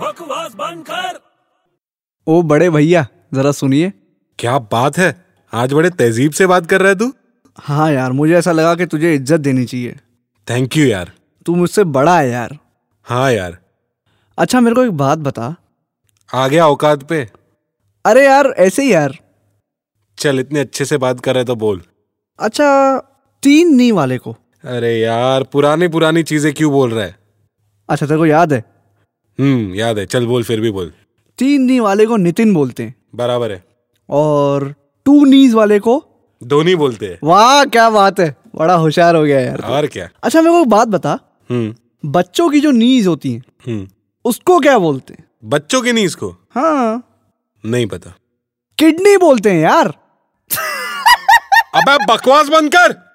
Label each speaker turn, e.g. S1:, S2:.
S1: बकवास बंद कर
S2: ओ बड़े भैया जरा सुनिए
S3: क्या बात है आज बड़े तहजीब से बात कर रहा है तू
S2: हाँ यार मुझे ऐसा लगा कि तुझे इज्जत देनी चाहिए
S3: थैंक यू यार
S2: तू मुझसे बड़ा है यार
S3: हाँ यार
S2: अच्छा मेरे को एक बात बता
S3: आ गया औकात पे
S2: अरे यार ऐसे ही यार
S3: चल इतने अच्छे से बात कर रहे तो बोल
S2: अच्छा तीन नी वाले को
S3: अरे यार पुरानी पुरानी चीजें क्यों बोल रहा है
S2: अच्छा तेरे को याद है
S3: हम्म याद है चल बोल फिर भी बोल
S2: तीन नी वाले को नितिन बोलते हैं
S3: बराबर है
S2: और टू नीज वाले को
S3: धोनी बोलते हैं
S2: वाह क्या बात है बड़ा होशियार हो गया यार
S3: और क्या
S2: अच्छा मेरे को एक बात बता
S3: हम्म
S2: बच्चों की जो नीज होती हैं
S3: हम्म
S2: उसको क्या बोलते हैं
S3: बच्चों की नहीं इसको
S2: हाँ
S3: नहीं पता
S2: किडनी बोलते हैं यार
S3: अबे बकवास बंद कर